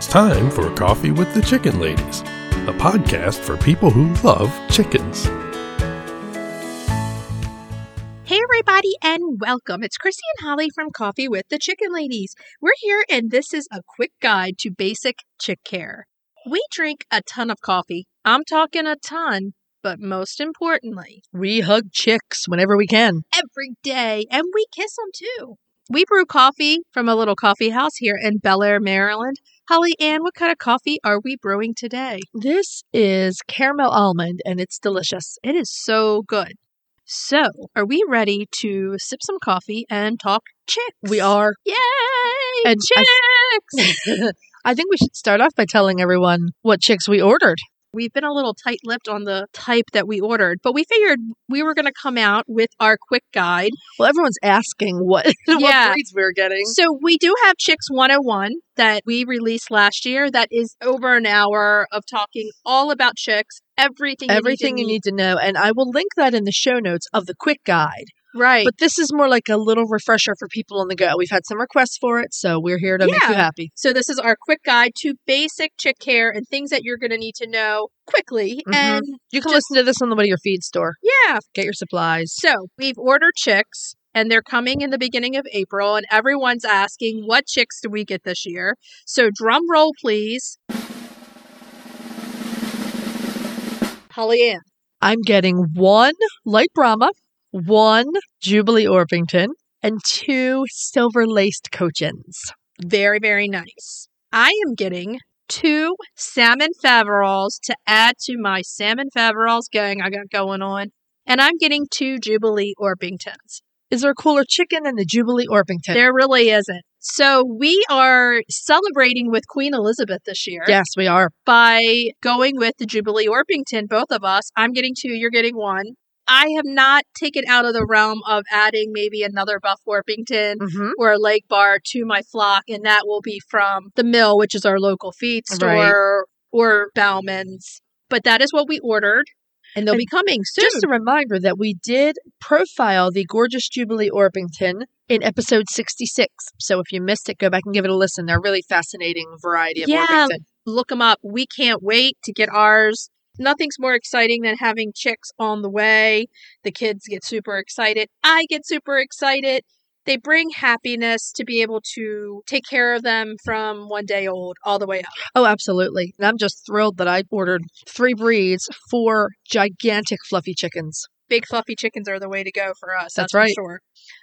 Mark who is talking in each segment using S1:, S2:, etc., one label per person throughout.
S1: time for Coffee with the Chicken Ladies, a podcast for people who love chickens.
S2: Hey, everybody, and welcome. It's Christy and Holly from Coffee with the Chicken Ladies. We're here, and this is a quick guide to basic chick care. We drink a ton of coffee. I'm talking a ton, but most importantly,
S3: We hug chicks whenever we can.
S2: every day, and we kiss them too. We brew coffee from a little coffee house here in Bel Air, Maryland. Holly Ann, what kind of coffee are we brewing today?
S3: This is caramel almond and it's delicious.
S2: It is so good. So, are we ready to sip some coffee and talk chicks?
S3: We are.
S2: Yay!
S3: And I-
S2: chicks!
S3: I think we should start off by telling everyone what chicks we ordered.
S2: We've been a little tight lipped on the type that we ordered, but we figured we were going to come out with our quick guide.
S3: Well, everyone's asking what,
S2: Yeah.
S3: what breeds we were getting.
S2: So we do have Chicks 101 that we released last year that is over an hour of talking all about chicks, everything
S3: Everything
S2: you
S3: you need to know. And I will link that in the show notes of the quick guide.
S2: Right.
S3: But this is more like a little refresher for people on the go. We've had some requests for it, so we're here to make
S2: Yeah.
S3: you happy.
S2: so this is our quick guide to basic chick care and things that you're going to need to know quickly
S3: Mhm.
S2: and
S3: You can
S2: Just-
S3: listen to this on the way to your feed store.
S2: yeah,
S3: Get your supplies.
S2: So we've ordered chicks and they're coming in the beginning of April and everyone's asking what chicks do we get this year? So drum roll please. Holly Ann.
S3: I'm getting one light Brahma, one Jubilee Orpington, and two silver laced Cochins.
S2: Very, very nice. I am getting two salmon faverols to add to my salmon faverols gang I got going on. And I'm getting two Jubilee Orpingtons.
S3: Is there a cooler chicken than the Jubilee Orpington?
S2: There really isn't. So we are celebrating with Queen Elizabeth this year.
S3: yes, we are.
S2: by going with the Jubilee Orpington, both of us. I'm getting two, you're getting one. I have not taken out of the realm of adding maybe another Buff Orpington
S3: Mm-hmm.
S2: or a Lake Bar to my flock, and that will be from the mill, which is our local feed store or Bauman's. But that is what we ordered, and they'll
S3: And
S2: be coming soon.
S3: Just a reminder that we did profile the gorgeous Jubilee Orpington in episode 66. So if you missed it, go back and give it a listen. They're a really fascinating variety of
S2: Yeah.
S3: Orpington.
S2: Look them up. We can't wait to get ours. Nothing's more exciting than having chicks on the way. The kids get super excited. I get super excited. They bring happiness to be able to take care of them from one day old all the way up.
S3: Oh, absolutely. And I'm just thrilled that I ordered three breeds, four gigantic fluffy chickens.
S2: Big fluffy chickens are the way to go for us. That's,
S3: That's
S2: right.
S3: right.
S2: For sure.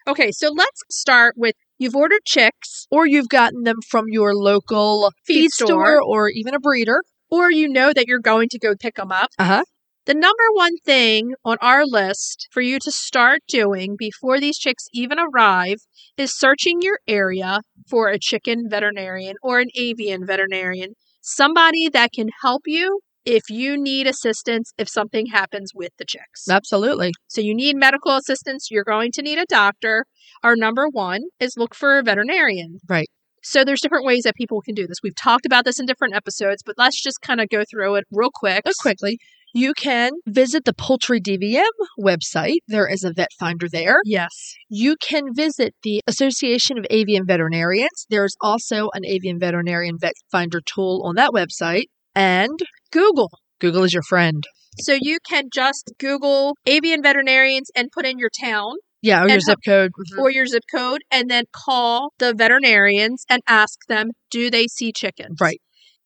S2: Okay, so let's start with you've ordered chicks
S3: or you've gotten them from your local
S2: Feed
S3: feed,
S2: store.
S3: store. or even a breeder.
S2: or you know that you're going to go pick them up.
S3: Uh-huh.
S2: The number one thing on our list for you to start doing before these chicks even arrive is searching your area for a chicken veterinarian or an avian veterinarian, somebody that can help you if you need assistance if something happens with the chicks.
S3: Absolutely.
S2: So you need medical assistance, you're going to need a doctor. Our number one is look for a veterinarian.
S3: Right.
S2: So there's different ways that people can do this. We've talked about this in different episodes, but let's just kind of go through it real quick.
S3: But quickly, you can visit the Poultry DVM website. There is a vet finder there.
S2: Yes.
S3: You can visit the Association of Avian Veterinarians. There's also an avian veterinarian vet finder tool on that website. And Google. Google is your friend.
S2: So you can just Google avian veterinarians and put in your town
S3: Yeah, or your
S2: And
S3: zip code. Mhm.
S2: or your zip code and then call the veterinarians and ask them, do they see chickens?
S3: Right.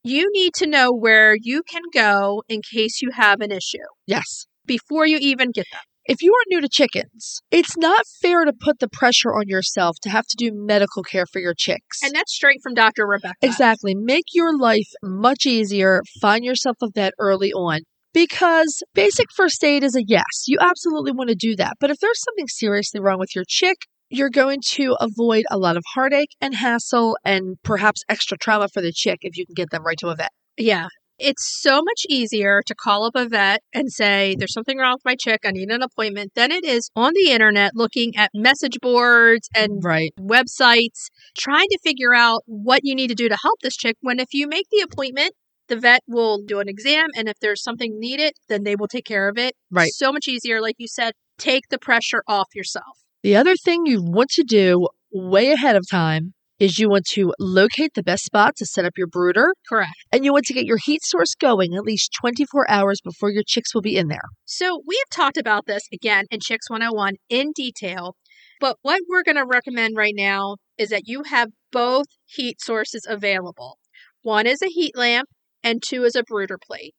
S2: You need to know where you can go in case you have an issue
S3: Yes.
S2: before you even get them.
S3: If you are new to chickens, it's not fair to put the pressure on yourself to have to do medical care for your chicks.
S2: And that's straight from Dr. Rebecca.
S3: Exactly. Make your life much easier. Find yourself a vet early on because basic first aid is a yes. You absolutely want to do that. But if there's something seriously wrong with your chick, you're going to avoid a lot of heartache and hassle and perhaps extra trauma for the chick if you can get them right to a vet.
S2: Yeah. It's so much easier to call up a vet and say, there's something wrong with my chick. I need an appointment than it is on the internet looking at message boards and
S3: right.
S2: websites, trying to figure out what you need to do to help this chick. When if you make the appointment, the vet will do an exam, and if there's something needed, then they will take care of it.
S3: Right.
S2: So much easier, like you said, take the pressure off yourself.
S3: The other thing you want to do way ahead of time is you want to locate the best spot to set up your brooder
S2: Correct.
S3: and you want to get your heat source going at least 24 hours before your chicks will be in there.
S2: So we have talked about this again in Chicks 101 in detail, but what we're going to recommend right now is that you have both heat sources available. One is a heat lamp and two is a brooder plate.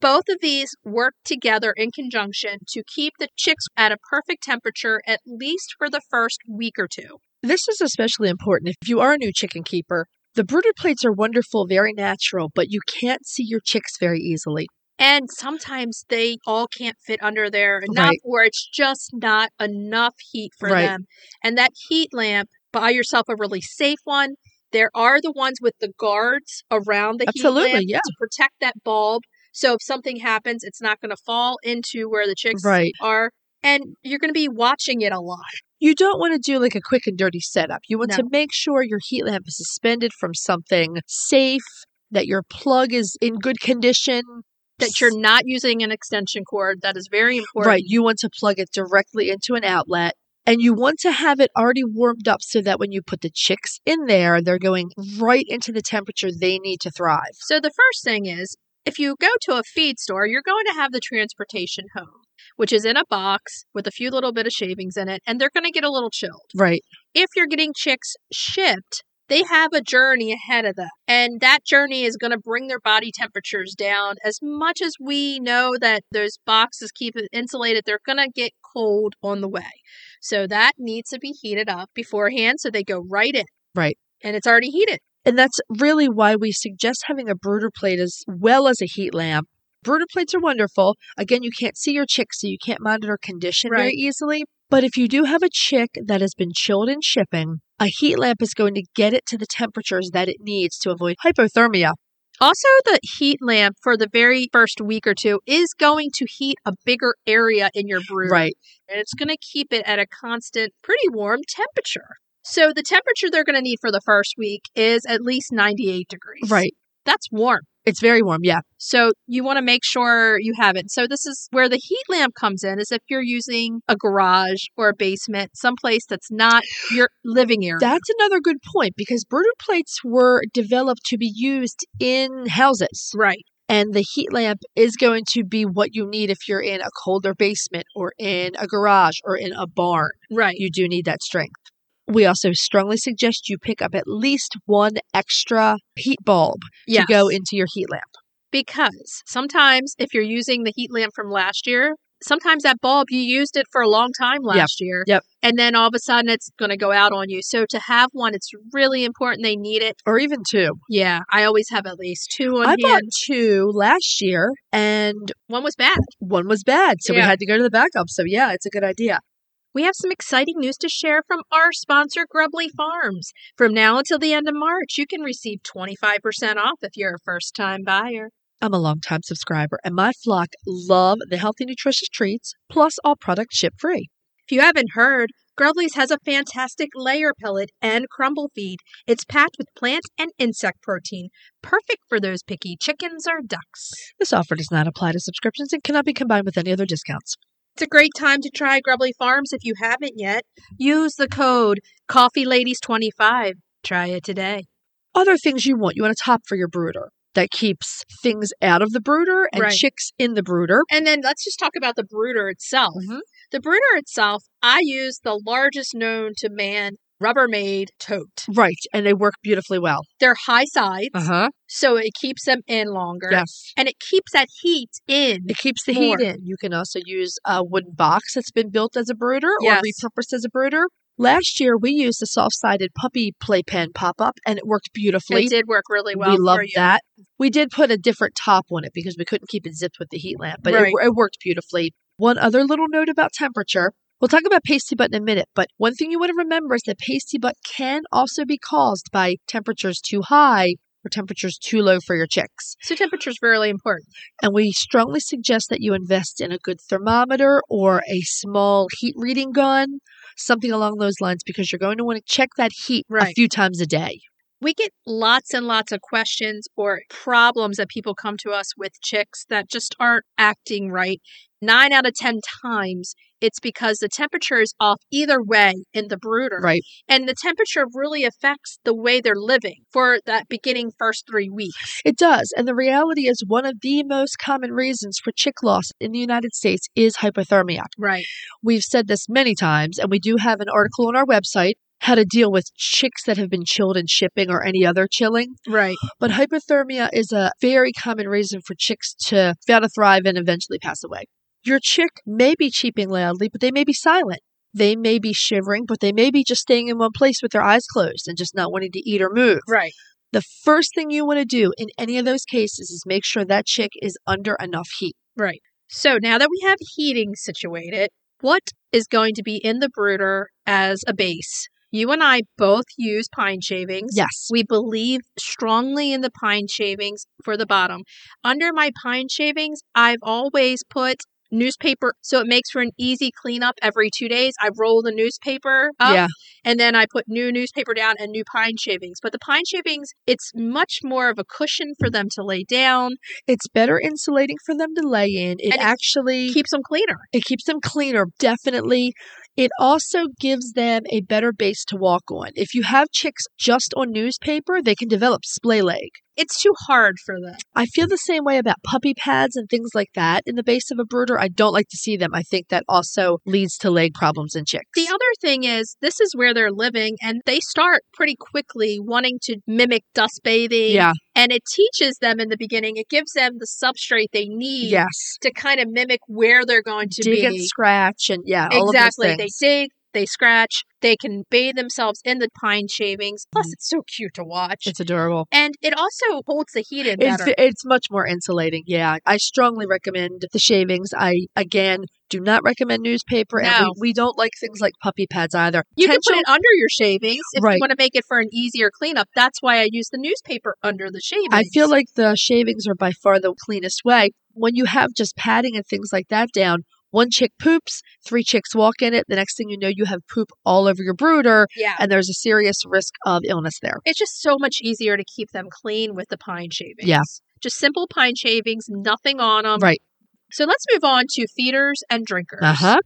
S2: Both of these work together in conjunction to keep the chicks at a perfect temperature at least for the first week or two.
S3: This is especially important if you are a new chicken keeper. The brooder plates are wonderful, very natural, but you can't see your chicks very easily.
S2: And sometimes they all can't fit under there enough,
S3: Right.
S2: or it's just not enough heat for
S3: Right.
S2: them. And that heat lamp, buy yourself a really safe one. There are the ones with the guards around the
S3: Absolutely,
S2: heat lamp
S3: yeah.
S2: to protect that bulb. So if something happens, it's not going to fall into where the chicks
S3: Right.
S2: are. And you're going to be watching it a lot.
S3: You don't want to do like a quick and dirty setup. You want
S2: No.
S3: to make sure your heat lamp is suspended from something safe, that your plug is in good condition.
S2: That you're not using an extension cord. That is very important.
S3: Right. You want to plug it directly into an outlet. And you want to have it already warmed up so that when you put the chicks in there, they're going right into the temperature they need to thrive.
S2: So the first thing is if you go to a feed store, you're going to have the transportation home, which is in a box with a few little bit of shavings in it, and they're going to get a little chilled.
S3: Right.
S2: If you're getting chicks shipped, they have a journey ahead of them, and that journey is going to bring their body temperatures down. As much as we know that those boxes keep it insulated, they're going to get cold on the way. So that needs to be heated up beforehand so they go right in.
S3: Right.
S2: And it's already heated.
S3: And that's really why we suggest having a brooder plate as well as a heat lamp. Brooder plates are wonderful. Again, you can't see your chick, so you can't monitor condition very
S2: Right.
S3: easily. But if you do have a chick that has been chilled in shipping, a heat lamp is going to get it to the temperatures that it needs to avoid hypothermia.
S2: Also, the heat lamp for the very first week or two is going to heat a bigger area in your brood.
S3: Right.
S2: And it's going to keep it at a constant, pretty warm temperature. So, the temperature they're going to need for the first week is at least 98 degrees.
S3: Right.
S2: That's warm.
S3: It's very warm. Yeah.
S2: So, you want to make sure you have it. So, this is where the heat lamp comes in is if you're using a garage or a basement, someplace that's not your living area.
S3: That's another good point because brooder plates were developed to be used in houses.
S2: right.
S3: And the heat lamp is going to be what you need if you're in a colder basement or in a garage or in a barn.
S2: Right.
S3: You do need that strength. We also strongly suggest you pick up at least one extra heat bulb to go
S2: Yes.
S3: into your heat lamp.
S2: because sometimes if you're using the heat lamp from last year, sometimes that bulb you used it for a long time last year.
S3: yep.
S2: And then all of a sudden it's going to go out on you. So to have one, it's really important. They need it.
S3: Or even two.
S2: Yeah, I always have at least two on
S3: I
S2: hand.
S3: bought two last year and
S2: one was bad.
S3: one was bad. So we
S2: Yeah.
S3: had to go to the backup. So yeah, it's a good idea.
S2: We have some exciting news to share from our sponsor, Grubly Farms. From now until the end of March, you can receive 25% off if you're a first time buyer.
S3: I'm a longtime subscriber and my flock love the healthy, nutritious treats, plus all products ship free.
S2: If you haven't heard, Grubly's has a fantastic layer pellet and crumble feed. It's packed with plant and insect protein, perfect for those picky chickens or ducks.
S3: This offer does not apply to subscriptions and cannot be combined with any other discounts.
S2: It's a great time to try Grubly Farms if you haven't yet. Use the code CoffeeLadies25. Try it today.
S3: Other things you want, you want a top for your brooder that keeps things out of the brooder and
S2: Right.
S3: chicks in the brooder.
S2: And then let's just talk about the brooder itself.
S3: Mhm.
S2: The brooder itself, I use the largest known to man Rubbermaid tote.
S3: Right, and they work beautifully well.
S2: They're high sides,
S3: huh.
S2: so it keeps them in longer.
S3: Uh-huh. Yes,
S2: And it keeps that heat in.
S3: it keeps the
S2: More.
S3: heat in. You can also use a wooden box that's been built as a brooder
S2: Yes.
S3: or repurposed as a brooder. Last year, we used a soft-sided puppy playpen pop-up, and it worked beautifully.
S2: It did work really well.
S3: we
S2: for
S3: loved
S2: you.
S3: that. We did put a different top on it because we couldn't keep it zipped with the heat lamp, but
S2: Right.
S3: it, it worked beautifully. One other little note about temperature. We'll talk about pasty butt in a minute, but one thing you want to remember is that pasty butt can also be caused by temperatures too high or temperatures too low for your chicks.
S2: So temperature is really important.
S3: And we strongly suggest that you invest in a good thermometer or a small heat reading gun, something along those lines, because you're going to want to check that heat a
S2: Right.
S3: few times a day.
S2: We get lots and lots of questions or problems that people come to us with chicks that just aren't acting right. Nine out of 10 times, it's because the temperature is off either way in the brooder.
S3: Right.
S2: And the temperature really affects the way they're living for that beginning first three weeks.
S3: It does. And the reality is one of the most common reasons for chick loss in the United States is hypothermia.
S2: Right.
S3: We've said this many times, and we do have an article on our website how to deal with chicks that have been chilled in shipping or any other chilling.
S2: Right.
S3: But hypothermia is a very common reason for chicks to fail to thrive and eventually pass away. Your chick may be cheeping loudly, but they may be silent. They may be shivering, but they may be just staying in one place with their eyes closed and just not wanting to eat or move.
S2: Right.
S3: The first thing you want to do in any of those cases is make sure that chick is under enough heat.
S2: Right. So now that we have heating situated, what is going to be in the brooder as a base? You and I both use pine shavings.
S3: Yes.
S2: We believe strongly in the pine shavings for the bottom. Under my pine shavings, I've always put newspaper so it makes for an easy cleanup every two days. I roll the newspaper up
S3: yeah.
S2: and then I put new newspaper down and new pine shavings. But the pine shavings, it's much more of a cushion for them to lay down.
S3: It's better insulating for them to lay in. It
S2: And it
S3: actually
S2: Keeps them cleaner.
S3: It keeps them cleaner, definitely. It also gives them a better base to walk on. If you have chicks just on newspaper, they can develop splay leg.
S2: It's too hard for them.
S3: I feel the same way about puppy pads and things like that in the base of a brooder. I don't like to see them. I think that also leads to leg problems in chicks.
S2: The other thing is, this is where they're living, and they start pretty quickly wanting to mimic dust bathing.
S3: yeah,
S2: And it teaches them in the beginning, it gives them the substrate they need
S3: yes,
S2: to kind of mimic where they're going to
S3: dig
S2: be.
S3: and scratch and yeah, all of those
S2: exactly. They
S3: things.
S2: dig, they scratch, they can bathe themselves in the pine shavings. Plus,
S3: Mhm.
S2: it's so cute to watch.
S3: It's adorable.
S2: and it also holds the heat in
S3: It's,
S2: better.
S3: it's much more insulating. Yeah, I strongly recommend the shavings. I again do not recommend newspaper, and
S2: No.
S3: we, we don't like things like puppy pads either.
S2: you can put
S3: Potential-
S2: it under your shavings if
S3: Right.
S2: you want to make it for an easier cleanup. That's why I use the newspaper under the shavings.
S3: I feel like the shavings are by far the cleanest way. When you have just padding and things like that down, one chick poops, three chicks walk in it. The next thing you know, you have poop all over your brooder,
S2: yeah.
S3: and there's a serious risk of illness there.
S2: It's just so much easier to keep them clean with the pine shavings.
S3: Yeah.
S2: Just simple pine shavings, nothing on them.
S3: Right.
S2: So let's move on to feeders and drinkers.
S3: Uh huh.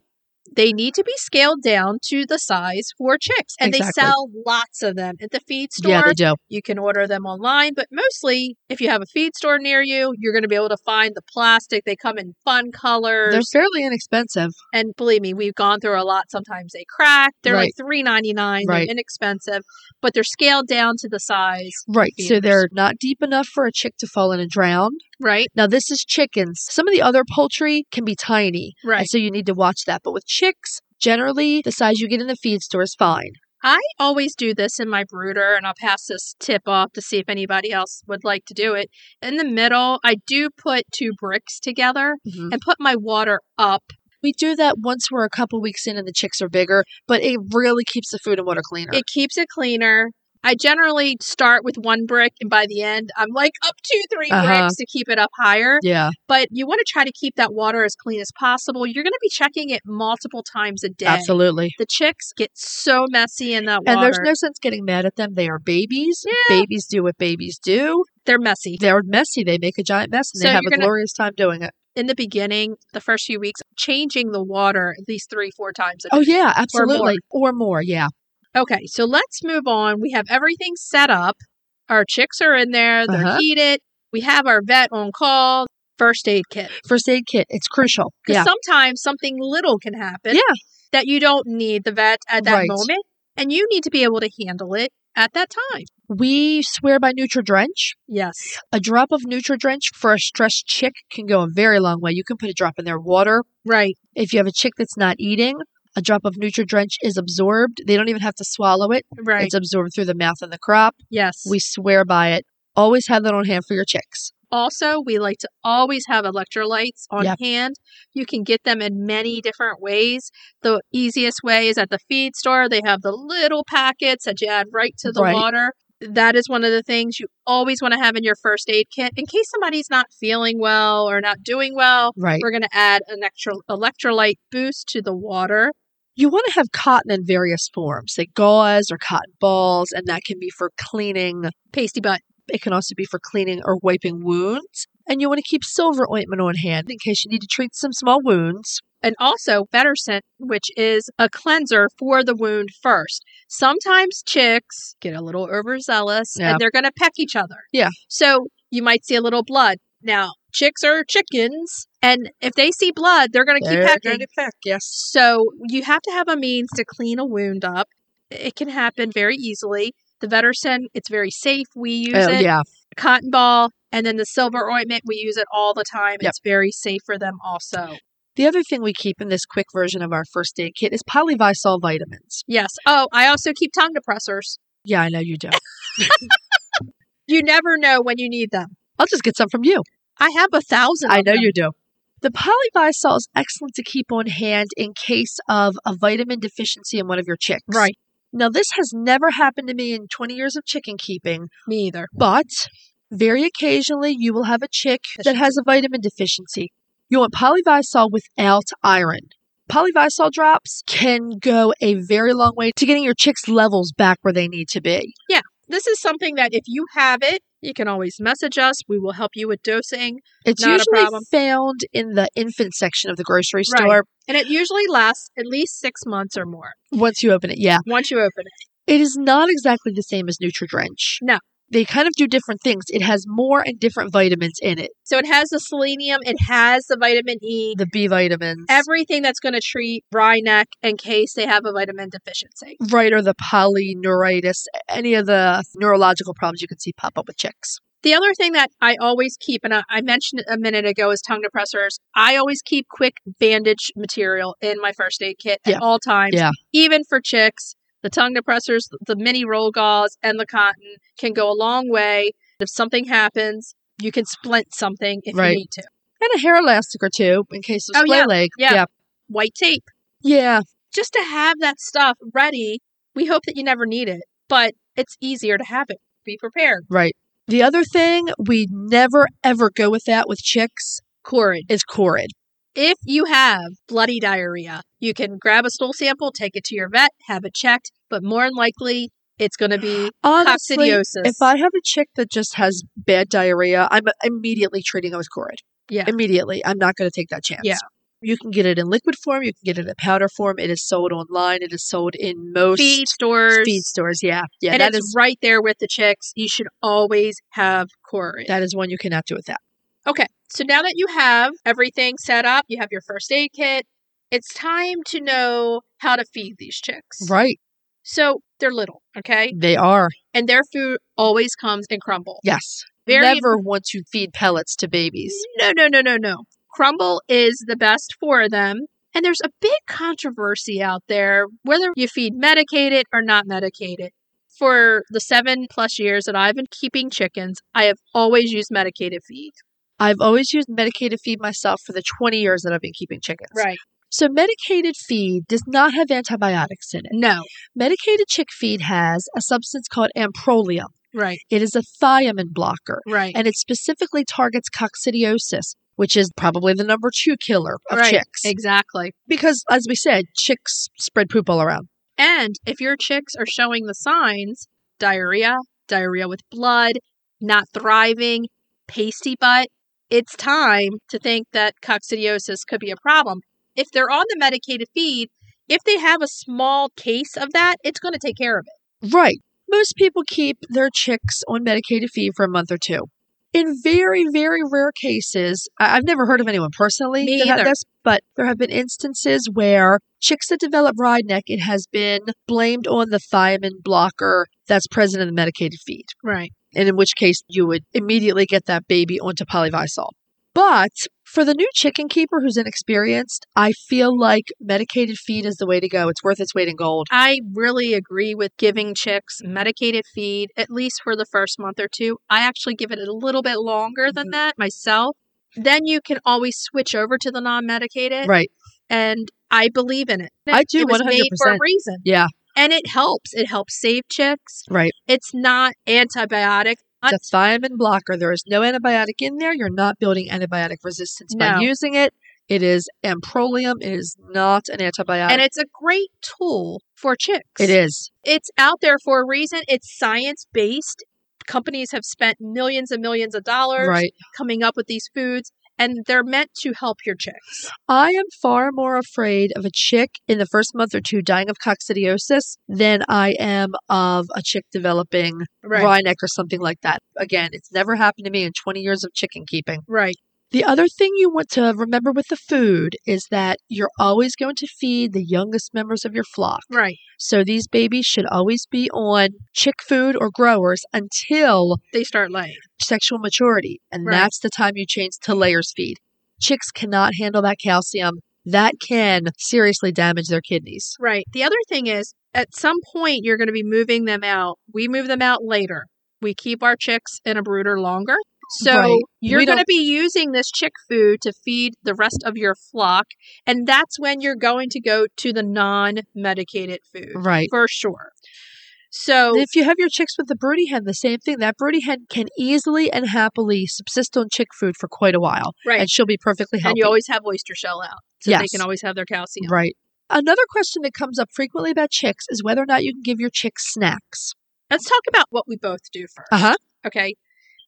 S2: They need to be scaled down to the size for chicks, and
S3: Exactly.
S2: they sell lots of them at the feed store.
S3: Yeah, they do.
S2: You can order them online, but mostly if you have a feed store near you, you're going to be able to find the plastic. They come in fun colors.
S3: They're fairly inexpensive.
S2: And believe me, we've gone through a lot. Sometimes they crack. They're
S3: Right.
S2: like three ninety nine.
S3: Right.
S2: They're inexpensive, but they're scaled down to the size.
S3: Right. So
S2: feeders.
S3: they're not deep enough for a chick to fall in and drown.
S2: right,
S3: Now, this is chickens. Some of the other poultry can be tiny.
S2: right.
S3: And so you need to watch that. But with chicks, generally, the size you get in the feed store is fine.
S2: I always do this in my brooder, and I'll pass this tip off to see if anybody else would like to do it. In the middle, I do put two bricks together and put my water up.
S3: We do that once we're a couple weeks in and the chicks are bigger, but it really keeps the food and water cleaner.
S2: It keeps it cleaner. I generally start with one brick, and by the end, I'm like up two, three
S3: Uh-huh.
S2: bricks to keep it up higher.
S3: yeah,
S2: But you want to try to keep that water as clean as possible. You're going to be checking it multiple times a day.
S3: absolutely.
S2: The chicks get so messy in that water.
S3: And there's no sense getting mad at them. They are babies.
S2: Yeah.
S3: Babies do what babies do.
S2: They're messy.
S3: They're messy. They make a giant mess and
S2: So
S3: they have
S2: you're
S3: a
S2: gonna-
S3: glorious time doing it.
S2: in the beginning, the first few weeks, changing the water at least three, four times a day.
S3: Oh, yeah, absolutely. Or more, yeah.
S2: Okay, so let's move on. We have everything set up. Our chicks are in there, they're
S3: Uh-huh.
S2: heated. We have our vet on call, first aid kit.
S3: First aid kit, it's crucial.
S2: Because
S3: Yeah.
S2: sometimes something little can happen
S3: Yeah.
S2: that you don't need the vet at that
S3: Right.
S2: moment, and you need to be able to handle it at that time.
S3: We swear by NutriDrench.
S2: Yes.
S3: A drop of NutriDrench for a stressed chick can go a very long way. You can put a drop in their water.
S2: Right.
S3: If you have a chick that's not eating, a drop of NutriDrench is absorbed. They don't even have to swallow it.
S2: Right.
S3: It's absorbed through the mouth and the crop.
S2: yes.
S3: We swear by it. Always have that on hand for your chicks.
S2: Also, we like to always have electrolytes on
S3: Yeah.
S2: hand. You can get them in many different ways. The easiest way is at the feed store. They have the little packets that you add right to the
S3: Right.
S2: water. That is one of the things you always want to have in your first aid kit in case somebody's not feeling well or not doing well.
S3: Right.
S2: We're going to add an extra electrolyte boost to the water.
S3: You want to have cotton in various forms, like gauze or cotton balls, and that can be for cleaning
S2: Pasty butt.
S3: It can also be for cleaning or wiping wounds. And you want to keep silver ointment on hand in case you need to treat some small wounds.
S2: And also Bettercent, which is a cleanser for the wound first. Sometimes chicks get a little overzealous
S3: Yeah.
S2: and they're going to peck each other.
S3: Yeah.
S2: So you might see a little blood. Now, chicks are chickens, and if they see blood, they're going to keep
S3: They're
S2: pecking.
S3: gonna peck, yes.
S2: So you have to have a means to clean a wound up. It can happen very easily. The Vettersen, it's very safe. We use
S3: Oh,
S2: it.
S3: yeah.
S2: Cotton ball and then the silver ointment, we use it all the time.
S3: Yep.
S2: It's very safe for them also.
S3: The other thing we keep in this quick version of our first aid kit is polyvisol vitamins.
S2: Yes. Oh, I also keep tongue depressors.
S3: Yeah, I know you do.
S2: You never know when you need them.
S3: I'll just get some from you.
S2: I have a thousand.
S3: I
S2: of
S3: know
S2: them.
S3: you do. The polyvisol is excellent to keep on hand in case of a vitamin deficiency in one of your chicks.
S2: Right.
S3: Now, this has never happened to me in 20 years of chicken keeping,
S2: Me either.
S3: but very occasionally you will have a chick that has a vitamin deficiency. You want polyvisol without iron. Polyvisol drops can go a very long way to getting your chick's levels back where they need to be.
S2: This is something that if you have it, you can always message us. We will help you with dosing.
S3: It's
S2: Not a
S3: usually
S2: problem.
S3: found in the infant section of the grocery
S2: Right.
S3: store
S2: And it usually lasts at least six months or more
S3: once you open it. Yeah.
S2: once you open it.
S3: It is not exactly the same as NutriDrench.
S2: No.
S3: They kind of do different things. It has more and different vitamins in it.
S2: So it has the selenium, it has the vitamin E,
S3: The B vitamins.
S2: everything that's going to treat wry neck in case they have a vitamin deficiency.
S3: right or the polyneuritis, any of the neurological problems you can see pop up with chicks.
S2: The other thing that I always keep, and I, I mentioned it a minute ago, is tongue depressors. I always keep quick bandage material in my first aid kit
S3: Yeah.
S2: at all times,
S3: Yeah.
S2: even for chicks. The tongue depressors, the mini roll gauze, and the cotton can go a long way. If something happens, you can splint something if
S3: Right.
S2: you need to.
S3: And a hair elastic or two in case of
S2: Oh,
S3: splay
S2: yeah,
S3: leg.
S2: yeah.
S3: yeah.
S2: White tape.
S3: Yeah.
S2: Just to have that stuff ready, we hope that you never need it, but it's easier to have it. Be prepared.
S3: Right. The other thing we never ever go with that with chicks
S2: Corey,
S3: is Corid.
S2: If you have bloody diarrhea, you can grab a stool sample, take it to your vet, have it checked, but more than likely, it's going to be
S3: Honestly,
S2: coccidiosis.
S3: If I have a chick that just has bad diarrhea, I'm immediately treating it with Corid.
S2: Yeah.
S3: Immediately. I'm not going to take that chance.
S2: Yeah.
S3: You can get it in liquid form. You can get it in powder form. It is sold online. It is sold in most
S2: feed stores,
S3: feed stores. Yeah. Yeah.
S2: and
S3: that
S2: it's
S3: is
S2: right there with the chicks. You should always have Corey.
S3: that is one you cannot do with that.
S2: Okay, so now that you have everything set up, you have your first aid kit. It's time to know how to feed these chicks.
S3: Right.
S2: So they're little, okay,
S3: They are.
S2: and their food always comes in crumble.
S3: Yes.
S2: Very
S3: Never want to feed pellets to babies.
S2: No, no, no, no, no. Crumble is the best for them. And there's a big controversy out there whether you feed medicated or not medicated. For the seven plus years that I've been keeping chickens, I have always used medicated feed.
S3: I've always used medicated feed myself for the 20 years that I've been keeping chickens. So medicated feed does not have antibiotics in it.
S2: No.
S3: Medicated chick feed has a substance called amprolium.
S2: Right.
S3: It is a thiamine blocker,
S2: Right.
S3: and it specifically targets coccidiosis, which is probably the number two killer of
S2: right.
S3: chicks.
S2: Exactly.
S3: Because, as we said, chicks spread poop all around.
S2: And if your chicks are showing the signs diarrhea, diarrhea with blood, not thriving, pasty butt, it's time to think that coccidiosis could be a problem. If they're on the medicated feed, if they have a small case of that, it's going to take care of it.
S3: Right. Most people keep their chicks on medicated feed for a month or two. In very, very rare cases, I- I've never heard of anyone personally
S2: Me
S3: that had
S2: either.
S3: this, but there have been instances where chicks that develop wry neck, it has been blamed on the thiamine blocker that's present in the medicated feed.
S2: Right.
S3: and in which case you would immediately get that baby onto polyvisol. But for the new chicken keeper who's inexperienced, I feel like medicated feed is the way to go. It's worth its weight in gold.
S2: I really agree with giving chicks medicated feed, at least for the first month or two. I actually give it a little bit longer than
S3: Mhm.
S2: that myself. Then you can always switch over to the non medicated.
S3: Right.
S2: and I believe in it.
S3: I do,
S2: It was made for a
S3: 100%.
S2: reason,
S3: Yeah,
S2: and it helps. It helps save chicks.
S3: right.
S2: It's not antibiotic.
S3: The thiamine blocker, there is no antibiotic in there. You're not building antibiotic resistance by
S2: No.
S3: using it. It is amprolium. It is not an antibiotic.
S2: And it's a great tool for chicks.
S3: it is.
S2: It's out there for a reason. It's science based. Companies have spent millions and millions of dollars
S3: Right.
S2: coming up with these foods, and they're meant to help your chicks.
S3: I am far more afraid of a chick in the first month or two dying of coccidiosis than I am of a chick developing Rhineck or something like that. Again, it's never happened to me in 20 years of chicken keeping.
S2: Right.
S3: The other thing you want to remember with the food is that you're always going to feed the youngest members of your flock.
S2: Right.
S3: So these babies should always be on chick food or growers until
S2: They start laying.
S3: sexual maturity. And
S2: Right.
S3: that's the time you change to layers feed. Chicks cannot handle that calcium. That can seriously damage their kidneys.
S2: Right. The other thing is, at some point, you're going to be moving them out. We move them out later. We keep our chicks in a brooder longer. So
S3: Right.
S2: you're
S3: We
S2: going to
S3: don't-
S2: be using this chick food to feed the rest of your flock. And that's when you're going to go to the non medicated food
S3: Right.
S2: for sure. So,
S3: If you have your chicks with the broody hen, the same thing. That broody hen can easily and happily subsist on chick food for quite a while,
S2: right.
S3: and she'll be perfectly
S2: And
S3: healthy.
S2: you always have oyster shell out. So they
S3: Yes.
S2: can always have their calcium.
S3: Right. Another question that comes up frequently about chicks is whether or not you can give your chicks snacks.
S2: Let's talk about what we both do first.
S3: Uh-huh.
S2: Okay.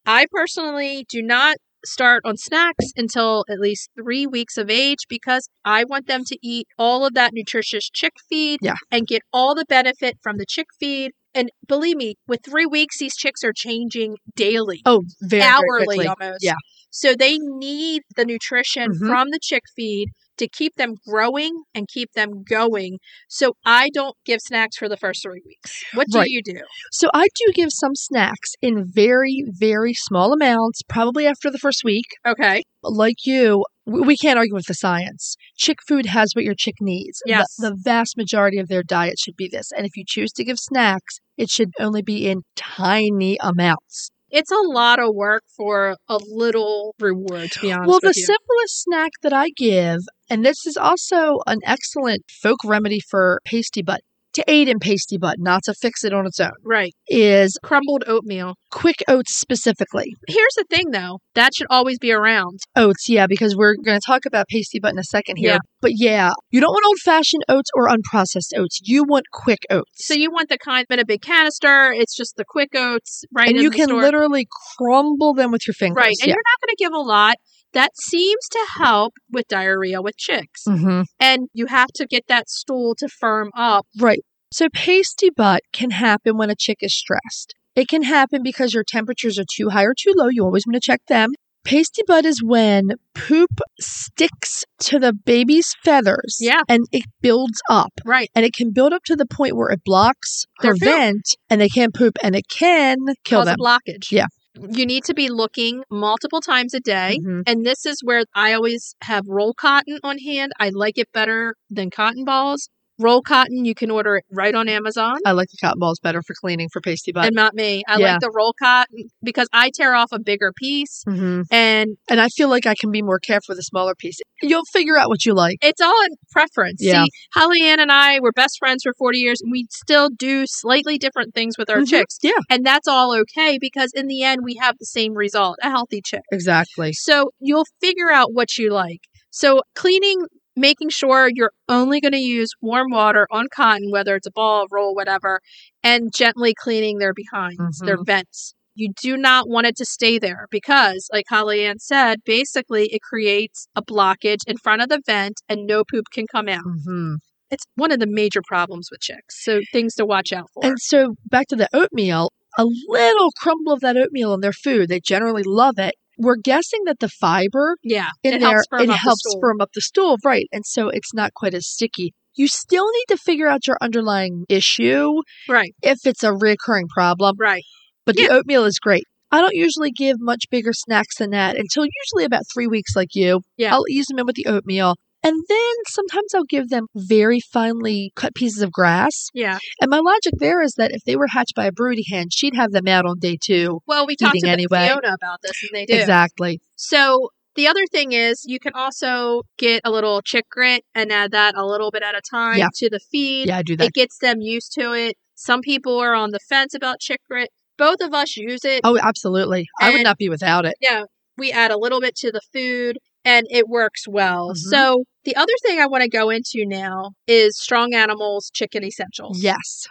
S2: I personally do not start on snacks until at least three weeks of age because I want them to eat all of that nutritious chick feed
S3: Yeah.
S2: and get all the benefit from the chick feed. And believe me, with three weeks, these chicks are changing daily,
S3: Oh, very, very
S2: hourly
S3: quickly.
S2: almost.
S3: Yeah.
S2: So they need the nutrition
S3: Mhm.
S2: from the chick feed to keep them growing and keep them going. So I don't give snacks for the first three weeks. What do
S3: Right.
S2: you do?
S3: So I do give some snacks in very, very small amounts, probably after the first week.
S2: Okay.
S3: Like you, w- we can't argue with the science. Chick food has what your chick needs. The-
S2: Yes.
S3: The, vast majority of their diet should be this. And if you choose to give snacks, it should only be in tiny amounts.
S2: it's a lot of work for a little reward, to be honest.
S3: Well, the
S2: with you.
S3: simplest snack that I give, and this is also an excellent folk remedy for pasty butt, to aid in pasty butt, not to fix it on its own,
S2: right
S3: is
S2: crumbled oatmeal.
S3: quick oats specifically.
S2: Here's the thing, though, that should always be around.
S3: Oats, yeah, because we're going to talk about pasty butt in a second here.
S2: Yeah.
S3: But yeah, you don't want old fashioned oats or unprocessed oats. You want quick oats.
S2: So you want the kind in a big canister. It's just the quick oats, right?
S3: and
S2: in
S3: you
S2: the
S3: can
S2: store.
S3: literally crumble them with your fingers.
S2: right, and
S3: Yeah.
S2: you're not going to give a lot. That seems to help with diarrhea with chicks,
S3: Mhm.
S2: and you have to get that stool to firm up.
S3: Right. So pasty butt can happen when a chick is stressed. It can happen because your temperatures are too high or too low. You always want to check them. Pasty butt is when poop sticks to the baby's feathers.
S2: Yeah.
S3: And it builds up.
S2: Right,
S3: And it can build up to the point where it blocks
S2: Their
S3: their
S2: poop.
S3: vent and they can't poop and it can kill
S2: cause
S3: them.
S2: a blockage.
S3: Yeah.
S2: you need to be looking multiple times a day.
S3: Mhm.
S2: And this is where I always have roll cotton on hand. I like it better than cotton balls. Roll cotton, you can order it right on Amazon.
S3: I like the cotton balls better for cleaning for pasty butt.
S2: and not me. I
S3: yeah.
S2: like the roll cotton because I tear off a bigger piece
S3: Mhm.
S2: and
S3: And I feel like I can be more careful with a smaller piece. You'll figure out what you like.
S2: it's all in preference.
S3: Yeah.
S2: See, Holly Ann and I were best friends for 40 years and we still do slightly different things with our
S3: Mhm.
S2: chicks.
S3: Yeah,
S2: And that's all okay because in the end, we have the same result a healthy chick.
S3: exactly.
S2: So you'll figure out what you like. So cleaning, making sure you're only going to use warm water on cotton, whether it's a ball, roll, whatever, and gently cleaning their behinds,
S3: Mm-hmm.
S2: their vents. You do not want it to stay there because, like Holly Ann said, basically it creates a blockage in front of the vent and no poop can come out.
S3: hmm
S2: It's one of the major problems with chicks. So things to watch out for.
S3: And so back to the oatmeal, a little crumble of that oatmeal in their food. They generally love it. We're guessing that the fiber
S2: yeah,
S3: in
S2: it
S3: there
S2: helps firm
S3: it
S2: up the
S3: helps
S2: stool.
S3: firm up the stool, right? And so it's not quite as sticky. You still need to figure out your underlying issue
S2: Right,
S3: if it's a reoccurring problem,
S2: right,
S3: but the oatmeal is great. I don't usually give much bigger snacks than that until usually about three weeks, like you.
S2: Yeah.
S3: I'll ease them in with the oatmeal. And then sometimes I'll give them very finely cut pieces of grass.
S2: yeah.
S3: And my logic there is that if they were hatched by a broody hen, she'd have them out on day two.
S2: Well, we talked
S3: Eating
S2: to
S3: anyway.
S2: Fiona about this, and they do.
S3: Exactly.
S2: So the other thing is you can also get a little chick grit and add that a little bit at a time
S3: Yeah.
S2: to the feed.
S3: Yeah, I do that.
S2: It gets them used to it. Some people are on the fence about chick grit. Both of us use it.
S3: oh, absolutely. I would
S2: And-
S3: not be without it.
S2: Yeah. We add a little bit to the food and it works well.
S3: Mhm.
S2: So the other thing I want to go into now is Strong Animals Chicken Essentials.
S3: Yes.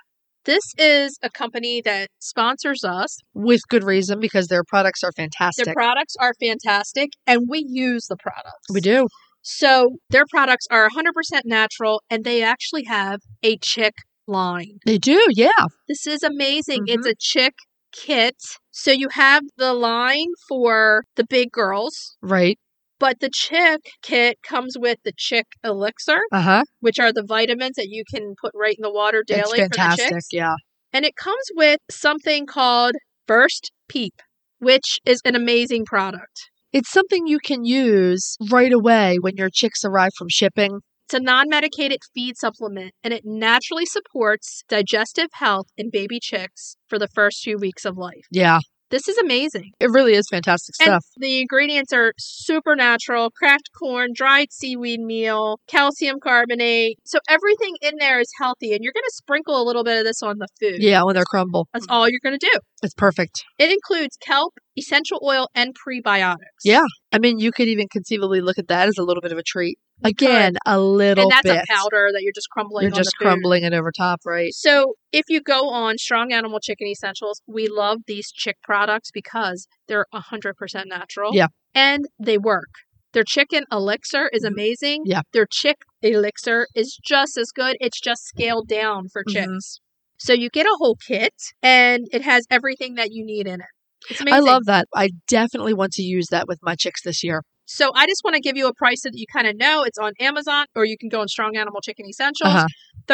S2: This is a company that sponsors us.
S3: With good reason because their products are fantastic.
S2: Their products are fantastic and we use the products.
S3: we do.
S2: So their products are 100% natural and they actually have a chick line.
S3: They do, yeah.
S2: This is amazing. It's a chick kit. So you have the line for the big girls,
S3: Right.
S2: but the chick kit comes with the chick elixir,
S3: Uh huh.
S2: which are the vitamins that you can put right in the water
S3: It's
S2: daily for the
S3: fantastic.
S2: chicks.
S3: Yeah.
S2: And it comes with something called First Peep, which is an amazing product.
S3: It's something you can use right away when your chicks arrive from shipping.
S2: It's a non medicated feed supplement and it naturally supports digestive health in baby chicks for the first few weeks of life.
S3: Yeah.
S2: This is amazing.
S3: It really is fantastic stuff.
S2: And the ingredients are super natural, craft corn, dried seaweed meal, calcium carbonate. So everything in there is healthy, and you're going to sprinkle a little bit of this on the food.
S3: yeah, when they're crumble.
S2: That's all you're going to do.
S3: It's perfect.
S2: It includes kelp, essential oil, and prebiotics.
S3: Yeah. I mean, you could even conceivably look at that as a little bit of a treat. Again, a little
S2: And that's
S3: bit.
S2: a powder that you're just crumbling
S3: You're
S2: on
S3: just
S2: the food.
S3: crumbling it over top, right?
S2: So if you go on Strong Animal Chicken Essentials, we love these chick products because they're 100% natural.
S3: Yeah.
S2: And they work. Their chicken elixir is amazing.
S3: Mm-hmm. Yeah.
S2: Their chick elixir is just as good. It's just scaled down for
S3: Mhm.
S2: chicks. So you get a whole kit and it has everything that you need in it. It's amazing.
S3: I love that. I definitely want to use that with my chicks this year.
S2: So I just want to give you a price so that you kind of know. It's on Amazon or you can go on Strong Animal Chicken Essentials.
S3: Uh-huh.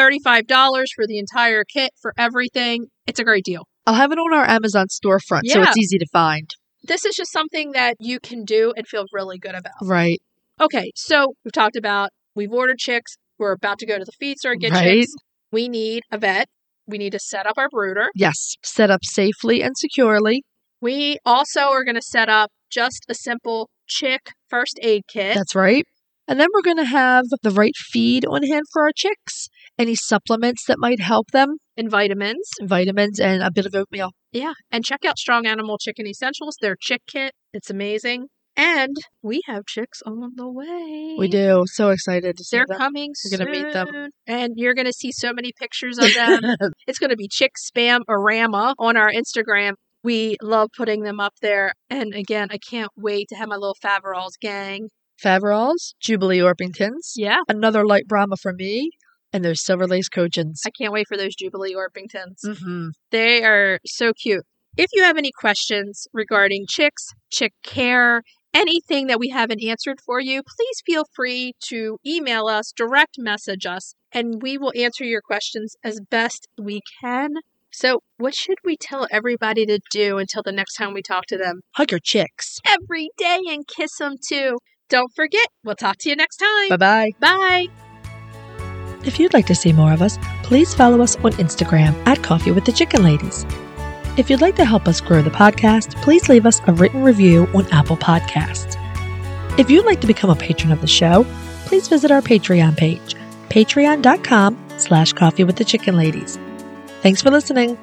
S2: $35 for the entire kit for everything. It's a great deal.
S3: I'll have it on our Amazon storefront so
S2: Yeah.
S3: it's easy to find.
S2: this is just something that you can do and feel really good about.
S3: Right.
S2: Okay, so we've talked about we've ordered chicks, we're about to go to the feed store and get
S3: Right.
S2: chicks. We need a vet. We need to set up our brooder.
S3: Yes. Set up safely and securely.
S2: We also are going to set up just a simple chick first aid kit.
S3: That's right. And then we're going to have the right feed on hand for our chicks, any supplements that might help them,
S2: and vitamins.
S3: vitamins, and a bit of oatmeal.
S2: Yeah. And check out Strong Animal Chicken Essentials, their chick kit. It's amazing. And we have chicks on the way.
S3: We do. So excited to see
S2: Mm-hmm. They're
S3: them.
S2: coming
S3: We're gonna meet them.
S2: soon. And you're going to see so many pictures of them. It's going to be Chick Spam Arama on our Instagram. We love putting them up there. And again, I can't wait to have my little Faverolls gang.
S3: Faverolls, Jubilee Orpingtons,
S2: Yeah.
S3: another light Brahma for me, and those silver lace Cogans.
S2: I can't wait for those Jubilee Orpingtons.
S3: Mm-hmm.
S2: They are so cute. If you have any questions regarding chicks, chick care, anything that we haven't answered for you, please feel free to email us, direct message us, and we will answer your questions as best we can. So, what should we tell everybody to do until the next time we talk to them?
S3: Hug your chicks.
S2: every day and kiss them too. Don't forget, we'll talk to you next time.
S3: Bye bye.
S2: Bye.
S3: If you'd like to see more of us, please follow us on Instagram at Coffee with the Chicken Ladies. If you'd like to help us grow the podcast, please leave us a written review on Apple Podcasts. If you'd like to become a patron of the show, please visit our Patreon page, patreon.com slash coffee with the chicken ladies. Thanks for listening.